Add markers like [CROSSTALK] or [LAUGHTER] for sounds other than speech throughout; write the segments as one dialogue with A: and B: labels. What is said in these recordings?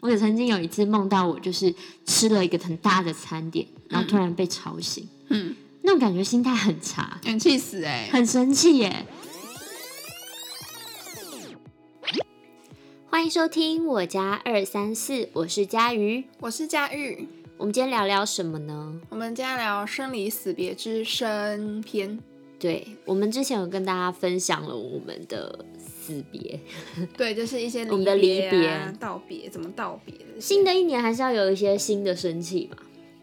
A: 我也曾经有一次梦到我就是吃了一个很大的餐点，然后突然被吵醒，
B: 嗯，
A: 那种感觉心态很欸差，
B: 很气死哎、
A: 很生气耶。欢迎收听我家二三四，我是佳瑜。
B: 我是佳玉，
A: 我们今天聊聊什么呢？
B: 我们今天聊生离死别之生篇。
A: 对我们之前有跟大家分享了我们的死别，
B: 对，就是一些
A: 我们的离
B: 别、啊、
A: 别
B: 道别，怎么道别的。
A: 新的一年还是要有一些新的生气嘛，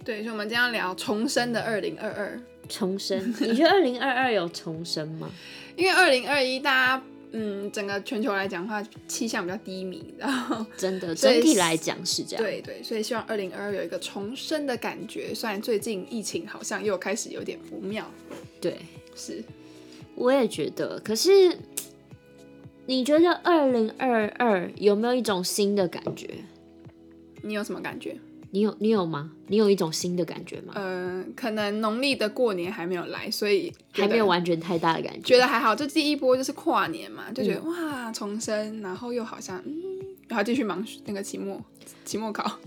B: 对，所以我们今天要聊重生的二零二二，
A: 重生。你觉得二零二二有重生吗？
B: 因为二零二一大家嗯，整个全球来讲的话，气象比较低迷，
A: [LAUGHS]
B: 然后
A: 真的，
B: 所以
A: 整体来讲是这样。
B: 对对，所以希望二零二二有一个重生的感觉。虽然最近疫情好像又开始有点不妙，
A: 对，
B: 是
A: 我也觉得。可是，你觉得二零二二有没有一种新的感觉？
B: 你有什么感觉？
A: 你有你有吗？你有一种新的感觉吗？
B: 呃，可能农历的过年还没有来，所以觉
A: 还
B: 得
A: 没有完全太大的感
B: 觉
A: 觉。
B: 得还好，就第一波就是跨年嘛，就觉得、哇重生，然后又好像嗯，然后继续忙那个期末期末 [LAUGHS] 考，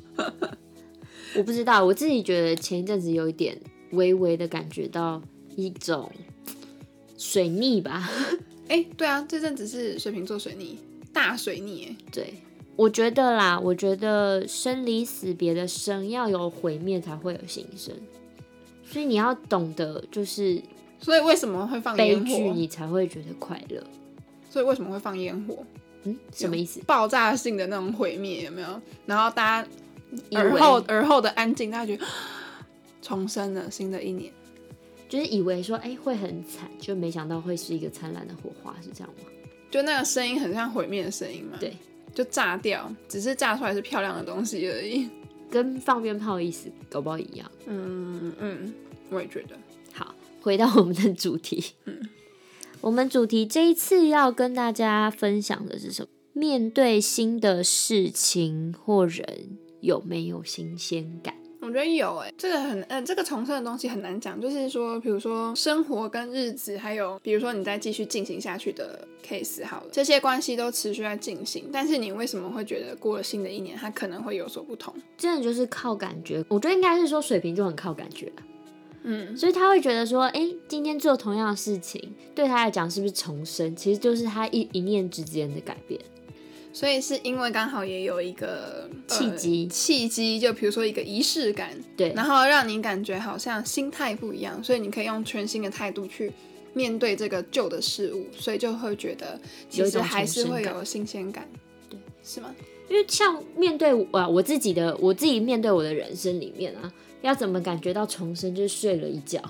A: 我不知道，我自己觉得前一阵子有一点微微的感觉到一种水逆吧。 [LAUGHS]
B: 哎、对啊，这阵子是水瓶座水逆，大水逆哎，
A: 对，我觉得啦，我觉得生离死别的生要有毁灭才会有新生，所以你要懂得就是
B: 所以为什么会放
A: 悲
B: 烟
A: 剧，
B: 火？啊
A: 你才会觉得快乐。
B: 所以为什么会放烟火？
A: 嗯，什么意思？
B: 爆炸性的那种毁灭有没有？然后大家
A: 以
B: 耳
A: 为
B: 后耳后的安静，大家觉得 [GASPS] 啊重生了新的一年。
A: 就是以为说哎、会很惨，就没想到会是一个灿烂的火花，是这样吗？
B: 就那个声音很像毁灭的声音嘛，
A: 对，
B: 就炸掉，只是炸出来是漂亮的东西而已。
A: 跟放鞭炮意思搞不好一样。
B: 嗯嗯，我也觉得，
A: 好，回到我们的主题。我们主题这一次要跟大家分享的是什么？面对新的事情或人，有没有新鲜感？
B: 我觉得有哎、这个很嗯、呃，这个重生的东西很难讲，就是说，比如说生活跟日子，还有比如说你再继续进行下去的 case 好了，这些关系都持续在进行，但是你为什么会觉得过了新的一年，它可能会有所不同？嗯
A: 真的就是靠感觉，我觉得应该是说水瓶座很靠感觉啊、
B: 嗯，
A: 所以他会觉得说，哎、今天做同样的事情，对他来讲是不是重生？其实就是他一一念之间的改变。
B: 所以是因为刚好也有一个、呃
A: 契机
B: 契机就比如说一个仪式感，
A: 对
B: 然后让你感觉好像心态不一样，所以你可以用全新的态度去面对这个旧的事物，所以就会觉得其
A: 有一
B: 实
A: 种
B: 还
A: 重
B: 是
A: 生
B: 会
A: 感
B: 有新鲜感，对，是吗？
A: 因为像面对我、啊、我自己的，我自己面对我的人生里面啊，要怎么感觉到重生？就是睡了一觉，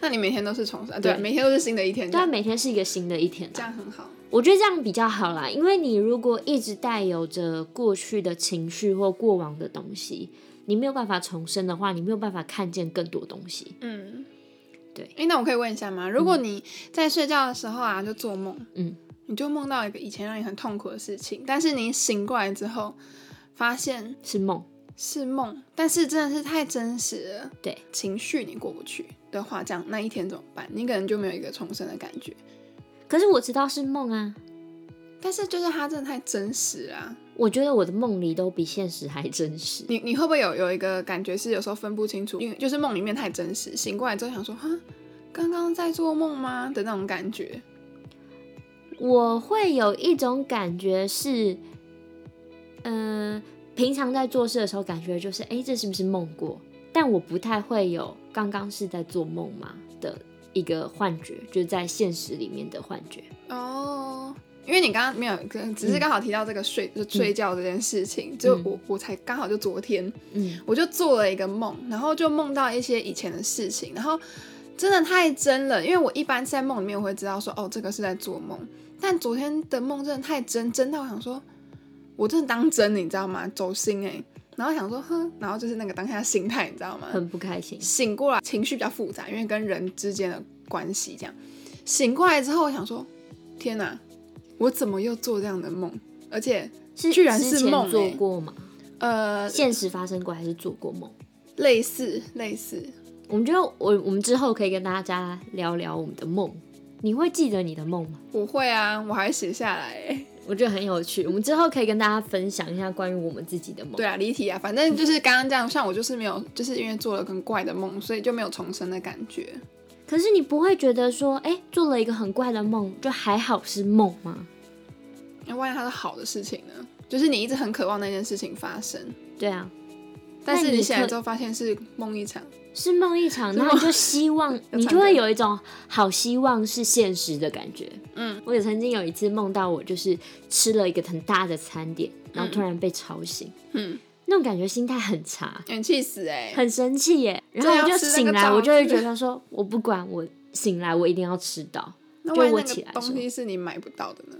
B: 那你每天都是重生，啊对啊，
A: 对
B: 每天都是新的一天，这
A: 对啊，
B: 样
A: 每天是一个新的一天、
B: 这
A: 啊。
B: 样很好。
A: 我觉得这样比较好啦，因为你如果一直带有着过去的情绪或过往的东西，你没有办法重生的话，你没有办法看见更多东西。
B: 嗯，
A: 对
B: 哎、那我可以问一下吗？如果你在睡觉的时候啊，就做梦，
A: 嗯，
B: 你就梦到一个以前让你很痛苦的事情，但是你醒过来之后，发现
A: 是梦，
B: 是梦，但是真的是太真实了，
A: 对，
B: 情绪你过不去的话，这样那一天怎么办？你可能就没有一个重生的感觉。
A: 可是我知道是梦啊。
B: 但是就是它真的太真实啦、
A: 我觉得我的梦里都比现实还真实。
B: 你你会不会有有一个感觉是有时候分不清楚，因为就是梦里面太真实，醒过来之后想说哈，刚刚在做梦吗的那种感觉？
A: 我会有一种感觉是，嗯、平常在做事的时候，感觉就是，哎，这是不是梦过？但我不太会有刚刚是在做梦吗的一个幻觉，就是在现实里面的幻觉。
B: 哦，因为你刚刚没有，可能只是刚好提到这个睡、就睡觉这件事情，就我我才刚好就昨天
A: 嗯，
B: 我就做了一个梦，然后就梦到一些以前的事情，然后真的太真了，因为我一般在梦里面我会知道说，哦，这个是在做梦，但昨天的梦真的太真，真到我想说，我真的当真，你知道吗？走心哎、然后想说，哼，然后就是那个当下心态，你知道吗？
A: 很不开心。
B: 醒过来情绪比较复杂，因为跟人之间的关系这样。醒过来之后，我想说，天哪，我怎么又做这样的梦？而且，
A: 是
B: 居然
A: 之
B: 是
A: 前
B: 梦欸
A: 做过吗？
B: 呃，
A: 现实发生过还是做过梦？
B: 类似类似，
A: 我们觉得我我们之后可以跟大家聊聊我们的梦。你会记得你的梦吗？
B: 我会啊，我还写下来欸。
A: 我觉得很有趣。我们之后可以跟大家分享一下关于我们自己的梦。
B: 对啊，离题啊，反正就是刚刚这样，像我就是没有，就是因为做了跟怪的梦，所以就没有重生的感觉。
A: 可是你不会觉得说，哎、做了一个很怪的梦，就还好是梦吗？
B: 那万一它是好的事情呢？就是你一直很渴望那件事情发生，
A: 对啊，
B: 但是
A: 那你
B: 你醒来
A: 可
B: 之后发现是梦一场。
A: 是梦一场，
B: 是梦
A: 那你就希
B: [LAUGHS]
A: 望，
B: 有
A: 你
B: 场
A: 就会
B: 感
A: 有一种好希望是现实的感觉。
B: 嗯，
A: 我也曾经有一次梦到我就是吃了一个很大的餐点，然后突然被吵醒，
B: 嗯，
A: 那种感觉心态很差，
B: 有点气死哎、
A: 很生气耶。然后
B: 这要
A: 我就
B: 啊吃那个
A: 醒来，
B: 早
A: 我就会
B: 餐
A: 觉得说，我不管，我醒来我一定要吃到，
B: 那
A: 就
B: 万一
A: 我
B: 那
A: 起
B: 个
A: 来的
B: 东
A: 时候
B: 西是你买不到的呢？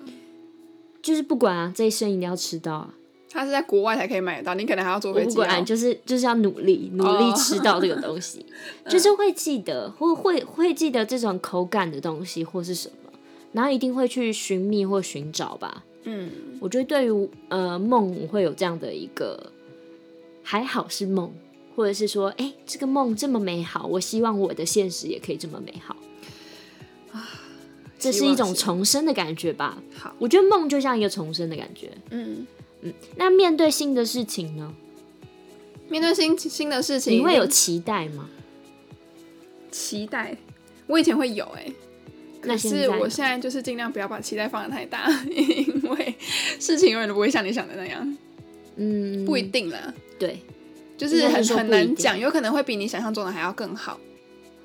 A: 就是不管啊，这一生一定要吃到啊。
B: 它是在国外才可以买得到，你可能还要坐
A: 我
B: 飞
A: 不
B: 机、
A: 管，
B: 哦。
A: 就是就是要努力努力吃到这个东
B: [LAUGHS]
A: 西，就是会记得，或会会记得这种口感的东西或是什么，然后一定会去寻觅或寻找吧。
B: 嗯，
A: 我觉得对于呃梦，我会有这样的一个，还好是梦，或者是说，哎、这个梦这么美好，我希望我的现实也可以这么美好。这是一种
B: 啊希望
A: 重生的感觉吧？
B: 是好，
A: 我觉得梦就像一个重生的感觉。
B: 嗯，
A: 那面对新的事情呢？
B: 面对新新的事情，
A: 你会有期待吗？
B: 期待。我以前会有哎、
A: 那
B: 可
A: 现
B: 是
A: 在呢
B: 我现在就是尽量不要把期待放得太大， [LAUGHS] 因为事情永远都不会像你想的那样，
A: 嗯，
B: 不一定啦，
A: 对，
B: 就是
A: 应该
B: 很
A: 是说
B: 很
A: 不一
B: 难
A: 定
B: 讲，有可能会比你想象中的还要更好，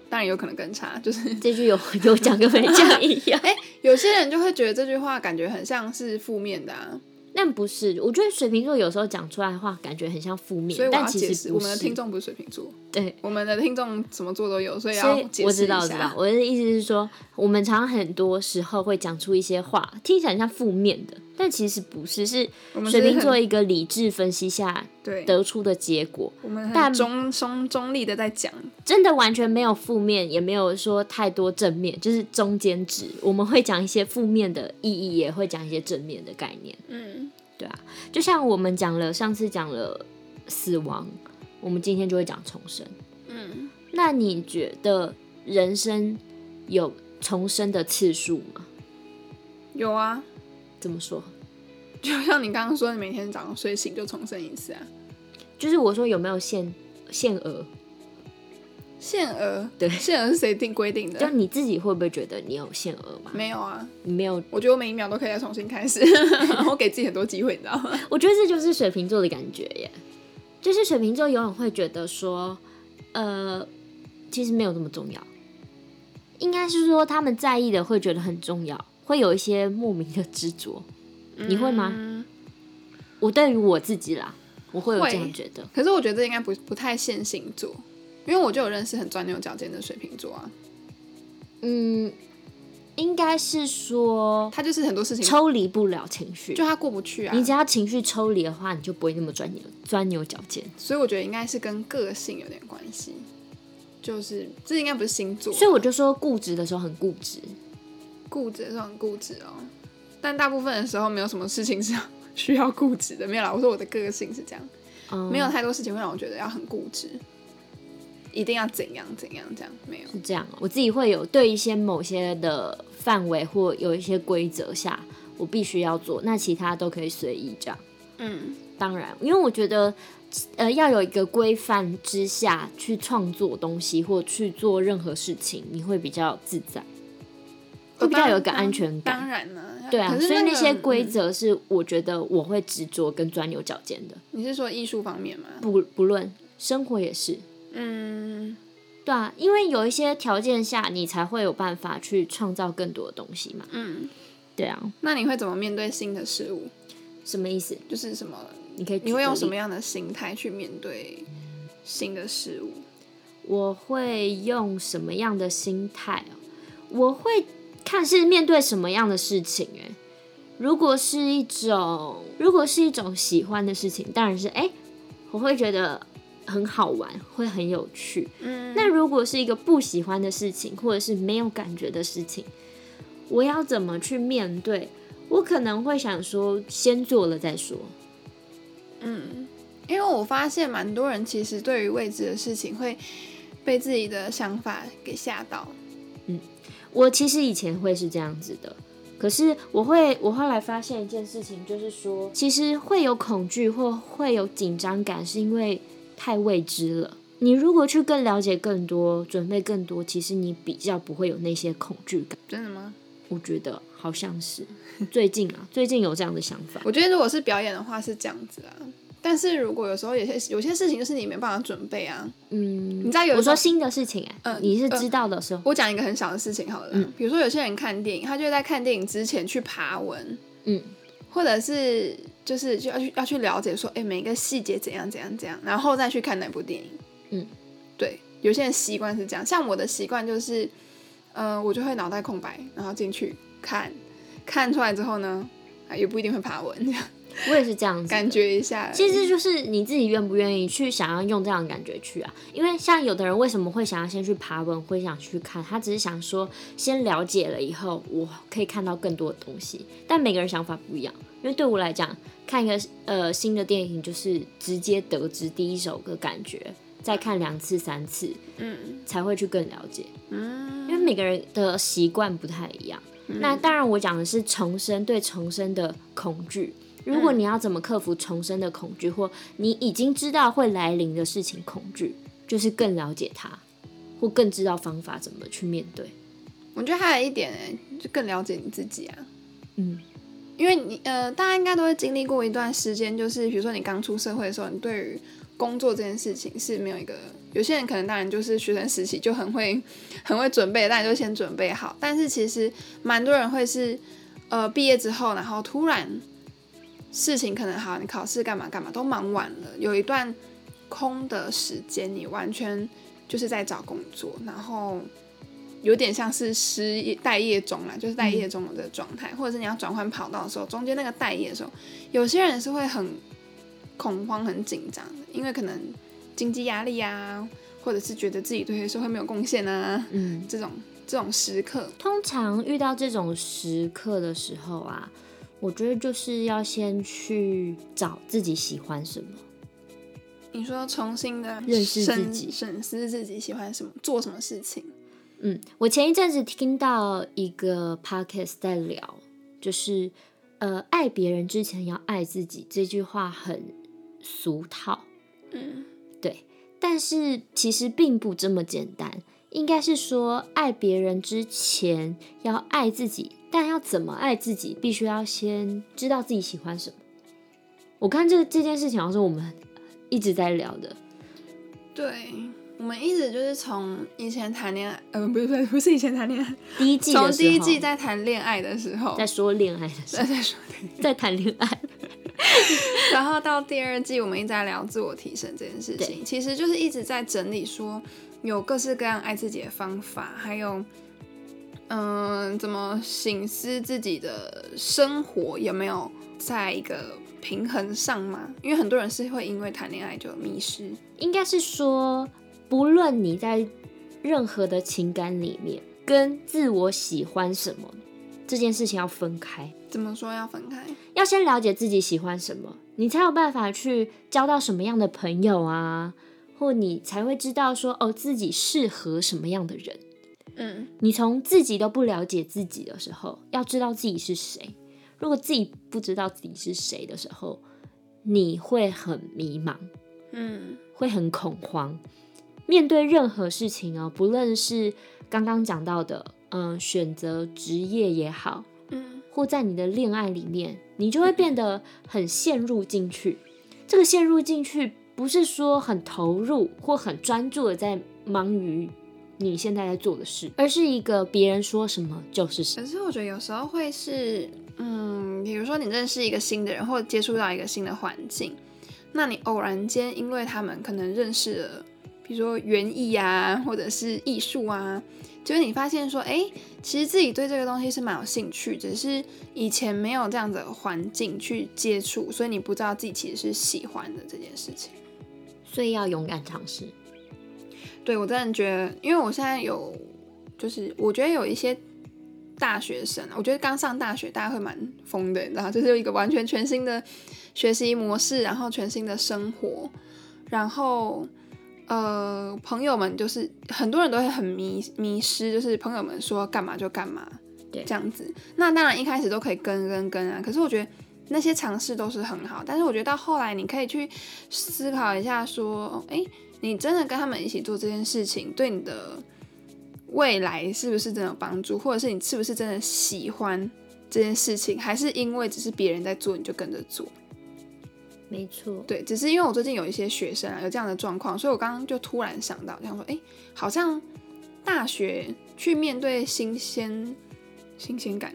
B: 当然有可能更差， [LAUGHS]
A: [LAUGHS]
B: 就是
A: 这句有有讲跟没讲一
B: [LAUGHS]
A: 样。
B: 有些人就会觉得这句话感觉很像是负面的
A: 嗯
B: 啊，
A: 但不是，我觉得水瓶座有时候讲出来的话，感觉很像负面
B: 所以，我
A: 但
B: 要
A: 其
B: 解
A: 实
B: 释，
A: 不
B: 我
A: 是。
B: 们的听众不是水瓶座，
A: 对，
B: 我们的听众什么座都有，所以
A: 所
B: 要
A: 以
B: 解
A: 我
B: 释
A: 知
B: 一下。
A: 道，知道。我的意思是说，我们常常很多时候会讲出一些话，听起来很像负面的，但其实不是，是
B: 我们
A: 水
B: 是
A: 瓶座
B: 很
A: 一个理智分析下
B: 对，
A: 得出的结果，
B: 我们
A: 但
B: 很中中中立的在讲，
A: 真的完全没有负面，也没有说太多正面，就是中间值。我们会讲一些负面的意义，也会讲一些正面的概念。
B: 嗯，
A: 对啊，就像我们讲了，上次讲了死亡，我们今天就会讲重生。
B: 嗯，
A: 那你觉得人生有重生的次数吗？
B: 有啊，
A: 怎么说？
B: 就像你刚刚说，你每天早上睡醒就重生一次啊，
A: 就是我说有没有限限额？
B: 限额，
A: 对
B: 限额是谁定规定
A: 就
B: 的？
A: 你自己会不会觉得你有限额嘛？
B: 没有啊，
A: 你没有，
B: 我觉得我每一秒都可以再重新
A: [LAUGHS]
B: 开始，我给自己很多机会，你知道吗？
A: 我觉得这就是水瓶座的感觉耶。就是水瓶座永远会觉得说，呃，其实没有那么重要。应该是说他们在意的会觉得很重要，会有一些莫名的执着。你会吗
B: 嗯
A: 我对于我自己啦，我会有
B: 会
A: 这样觉得。
B: 可是我觉得这应该不不太限星座，因为我就有认识很钻牛角尖的水瓶座啊，
A: 嗯，应该是说
B: 他就是很多事情
A: 抽离不了情绪
B: 就。他过不去啊
A: 你，只要情绪抽离的话，你就不会那么钻牛钻牛角尖。
B: 所以我觉得应该是跟个性有点关系，就是这应该不是星座啊，
A: 所以我就说固执的时候很固执，
B: 固执的时候很固执哦，但大部分的时候没有什么事情是 [LAUGHS] 需要固执的，没有啦，我说我的个性是这样，
A: 嗯，
B: 没有太多事情会让我觉得要很固执，一定要怎样怎样这样，没有，
A: 是这样。我自己会有对一些某些的范围或有一些规则下，我必须要做，那其他都可以随意这样。
B: 嗯
A: 当然，因为我觉得，呃，要有一个规范之下去创作东西或去做任何事情，你会比较自在，会比较有一个安全
B: 当
A: 感。
B: 当然呢，
A: 对啊，
B: 可是
A: 所以那
B: 个
A: 些规、
B: 嗯
A: 则是我觉得我会执着跟钻牛角尖的，
B: 你是说艺术方面吗？
A: 不不论生活也是。
B: 嗯，
A: 对啊，因为有一些条件下，你才会有办法去创造更多的东西嘛。
B: 嗯，
A: 对啊，
B: 那你会怎么面对新的事物？
A: 什么意思？
B: 就是什么？
A: 你可以举
B: 你会用
A: 个
B: 什
A: 例
B: 么样的心态去面对新的事物？
A: 我会用什么样的心态哦？我会看是面对什么样的事情、欸。如果是一种，如果是一种喜欢的事情，当然是哎、我会觉得很好玩，会很有趣。
B: 嗯，
A: 那如果是一个不喜欢的事情，或者是没有感觉的事情，我要怎么去面对？我可能会想说，先做了再说。
B: 嗯，因为我发现蛮多人其实对于未知的事情会被自己的想法给吓到。
A: 我其实以前会是这样子的，可是我会，我后来发现一件事情，就是说，其实会有恐惧或会有紧张感，是因为太未知了。你如果去更了解更多，准备更多，其实你比较不会有那些恐惧感。
B: 真的吗？
A: 我觉得好像
B: [LAUGHS]
A: 是最近啊，最近有这样的想法。
B: 我觉得如果是表演的话是这样子啊，但是如果有时候有些有些事情就是你没办法准备啊。
A: 嗯，
B: 你知道有
A: 我
B: 时候
A: 说新的事情哎、
B: 嗯
A: 你是知道的时候，
B: 我讲一个很小的事情好了，
A: 嗯
B: 比如说有些人看电影，他就会在看电影之前去爬文，
A: 嗯，
B: 或者是就是就要去要去了解说，哎、每一个细节怎样怎样怎样，然后再去看那部电影。
A: 嗯，
B: 对，有些人习惯是这样，像我的习惯就是，呃，我就会脑袋空白，然后进去看，看出来之后呢，啊也不一定会爬文，这 [LAUGHS] 样
A: 我也是这样子的。
B: 感觉一下而已。
A: 其实就是你自己愿不愿意去想要用这样的感觉去啊，因为像有的人为什么会想要先去爬文，会想去看，他只是想说先了解了以后，我可以看到更多的东西。但每个人想法不一样，因为对我来讲，看一个呃新的电影就是直接得知第一手的感觉，再看两次三次
B: 嗯
A: 才会去更了解，因
B: 嗯
A: 为每个人的习惯不太一样。那当然，我讲的是重生对重生的恐惧。如果你要怎么克服重生的恐惧，或你已经知道会来临的事情恐惧，就是更了解它，或更知道方法怎么去面对。
B: 我觉得还有一点、欸，就更了解你自己啊。
A: 嗯，
B: 因为你呃，大家应该都会经历过一段时间，就是比如说你刚出社会的时候，你对于工作这件事情是没有一个，有些人可能当然就是学生时期就很会很会准备，但就先准备好。但是其实蛮多人会是呃毕业之后，然后突然事情可能好，你考试干嘛干嘛都忙完了，有一段空的时间，你完全就是在找工作，然后有点像是失业待业中啦，就是待业中的状态，或者是你要转换跑道的时候，中间那个待业的时候，有些人是会很恐慌、很紧张的，因为可能经济压力啊，或者是觉得自己对社会没有贡献啊，
A: 嗯，
B: 这种这种时刻，
A: 通常遇到这种时刻的时候啊，我觉得就是要先去找自己喜欢什么。
B: 你说重新的
A: 认识自
B: 审
A: 己
B: 审视自己喜欢什么，做什么事情，
A: 嗯，我前一阵子听到一个 podcast 在聊，就是呃，爱别人之前要爱自己这句话很俗套，
B: 嗯
A: 对，但是其实并不这么简单，应该是说爱别人之前要爱自己，但要怎么爱自己，必须要先知道自己喜欢什么。我看这这件事情好像是我们一直在聊的，
B: 对。我们一直就是从以前谈恋爱，呃，不是不是不是以前谈恋爱，
A: 第一季的时
B: 从
A: 候
B: 第一季在谈恋爱的时候，
A: 在说恋爱的时
B: 在
A: 候，
B: 在说
A: 在谈恋爱。
B: [LAUGHS] 然后到第二季，我们一直在聊自我提升这件事情，其实就是一直在整理说有各式各样爱自己的方法，还有嗯、怎么醒思自己的生活有没有在一个平衡上嘛？因为很多人是会因为谈恋爱就迷失，
A: 应该是说，不论你在任何的情感里面，跟自我喜欢什么这件事情要分开，
B: 怎么说要分开？
A: 要先了解自己喜欢什么，你才有办法去交到什么样的朋友啊，或你才会知道说哦自己适合什么样的人。
B: 嗯，
A: 你从自己都不了解自己的时候，要知道自己是谁。如果自己不知道自己是谁的时候，你会很迷茫。
B: 嗯
A: 会很恐慌。面对任何事情哦，不论是刚刚讲到的，嗯，选择职业也好，
B: 嗯，
A: 或在你的恋爱里面，你就会变得很陷入进去。这个陷入进去，不是说很投入或很专注的在忙于你现在在做的事，而是一个别人说什么就是什么。
B: 可是我觉得有时候会是，嗯，比如说你认识一个新的人，或者接触到一个新的环境，那你偶然间因为他们可能认识了，比如说园艺啊，或者是艺术啊，就是你发现说，哎、其实自己对这个东西是蛮有兴趣，只是以前没有这样子的环境去接触，所以你不知道自己其实是喜欢的这件事情。
A: 所以要勇敢尝试。
B: 对我真的觉得，因为我现在有，就是我觉得有一些大学生，啊我觉得刚上大学大家会蛮疯的，你知道，就是有一个完全全新的学习模式，然后全新的生活，然后呃，朋友们就是很多人都会很迷迷失，就是朋友们说干嘛就干嘛，
A: 对
B: 这样子。那当然一开始都可以跟跟跟啊，可是我觉得那些尝试都是很好，但是我觉得到后来你可以去思考一下，说，哎、你真的跟他们一起做这件事情，对你的未来是不是真的有帮助，或者是你是不是真的喜欢这件事情，还是因为只是别人在做你就跟着做？
A: 没错，
B: 对，只是因为我最近有一些学生啊有这样的状况，所以我刚刚就突然想到，想说，哎，好像大学去面对新鲜新鲜感，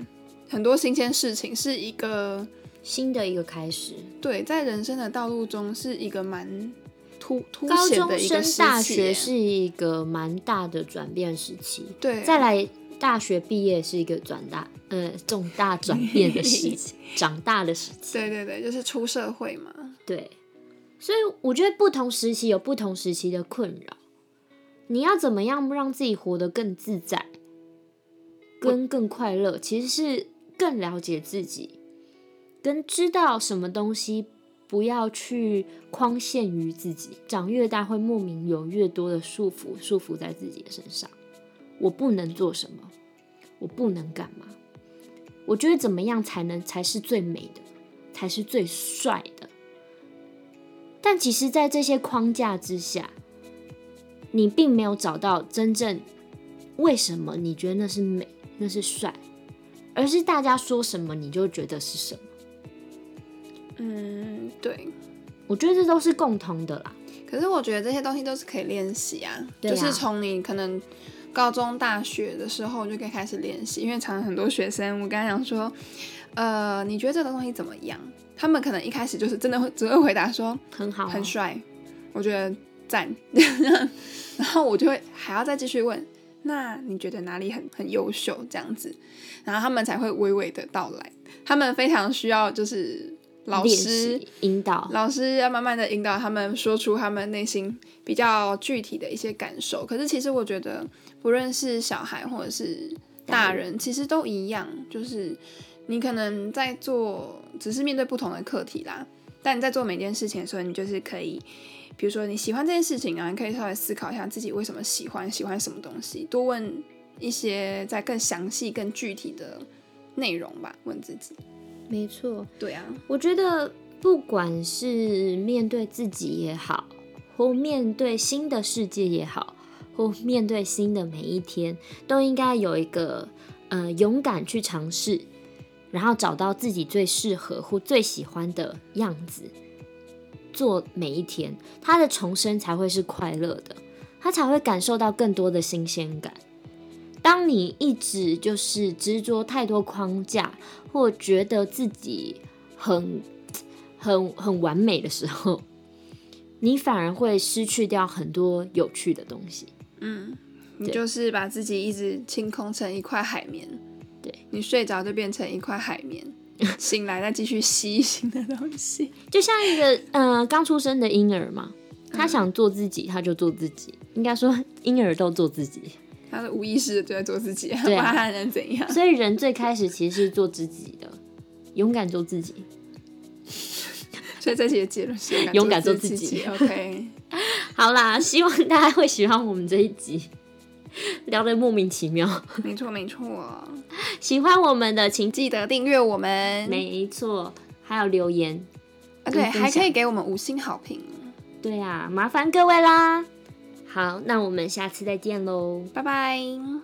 B: 很多新鲜事情是一个
A: 新的一个开始。
B: 对在人生的道路中是一个蛮突凸
A: 高
B: 显
A: 中
B: 的一
A: 升
B: 个时期
A: 大学
B: 耶
A: 是一个蛮大的转变时期，
B: 对，啊
A: 再来大学毕业是一个转大呃重大转变的时期，长大的时期。
B: 对对对，就是出社会嘛，
A: 对，所以我觉得不同时期有不同时期的困扰，你要怎么样让自己活得更自在，跟更快乐，其实是更了解自己，跟知道什么东西不要去框限于自己。长越大，会莫名有越多的束缚，束缚在自己的身上。我不能做什么，我不能干嘛？我觉得怎么样才能才是最美的，才是最帅的。但其实，在这些框架之下，你并没有找到真正为什么你觉得那是美，那是帅，而是大家说什么你就觉得是什么。
B: 嗯，对。
A: 我觉得这都是共同的啦。
B: 可是我觉得这些东西都是可以练习啊，
A: 对啊
B: 就是从你可能高中、大学的时候就可以开始练习，因为常常很多学生，我刚刚讲说，呃，你觉得这个东西怎么样？他们可能一开始就是真的会只会回答说
A: 很好啊、
B: 很帅，我觉得赞， [LAUGHS] 然后我就会还要再继续问，那你觉得哪里很很优秀这样子，然后他们才会娓娓的道来，他们非常需要就是老
A: 练
B: 师
A: 习引导，
B: 老师要慢慢的引导他们说出他们内心比较具体的一些感受。可是其实我觉得，不论是小孩或者是大人，其实都一样，就是你可能在做，只是面对不同的课题啦。但你在做每件事情的时候，你就是可以，比如说你喜欢这件事情啊，你可以稍微思考一下自己为什么喜欢，喜欢什么东西，多问一些再更详细、更具体的内容吧，问自己。
A: 没错。
B: 对啊，
A: 我觉得不管是面对自己也好，或面对新的世界也好，或面对新的每一天，都应该有一个呃勇敢去尝试，然后找到自己最适合或最喜欢的样子，做每一天，他的重生才会是快乐的，他才会感受到更多的新鲜感。当你一直就是执着太多框架，或觉得自己很很很完美的时候，你反而会失去掉很多有趣的东西。
B: 嗯，你
A: 对
B: 就是把自己一直清空成一块海绵，
A: 对
B: 你睡着就变成一块海
A: [LAUGHS]
B: 绵，醒来再继续吸新的东西。
A: 就像一个呃刚出生的婴儿嘛，他想做自己，他就做自己。应该说婴儿都做自己，
B: 他是无意识的就在做自己，不
A: 对
B: 然
A: 啊
B: 他还能怎样？
A: 所以人最开始其实是做自己的，勇敢做自己。
B: 所以这期的结论是
A: 勇敢
B: 做
A: 做自己
B: 己。OK，
A: [LAUGHS] 好啦，希望大家会喜欢我们这一集，聊得莫名其妙。
B: 没错没错，
A: 喜欢我们的请记，
B: 记得订阅我们，
A: 没错，还有留言。
B: 啊对，
A: 跟分
B: 还可以给我们五星好评。
A: 对啊，麻烦各位啦。好，那我们下次再见喽。
B: 拜拜。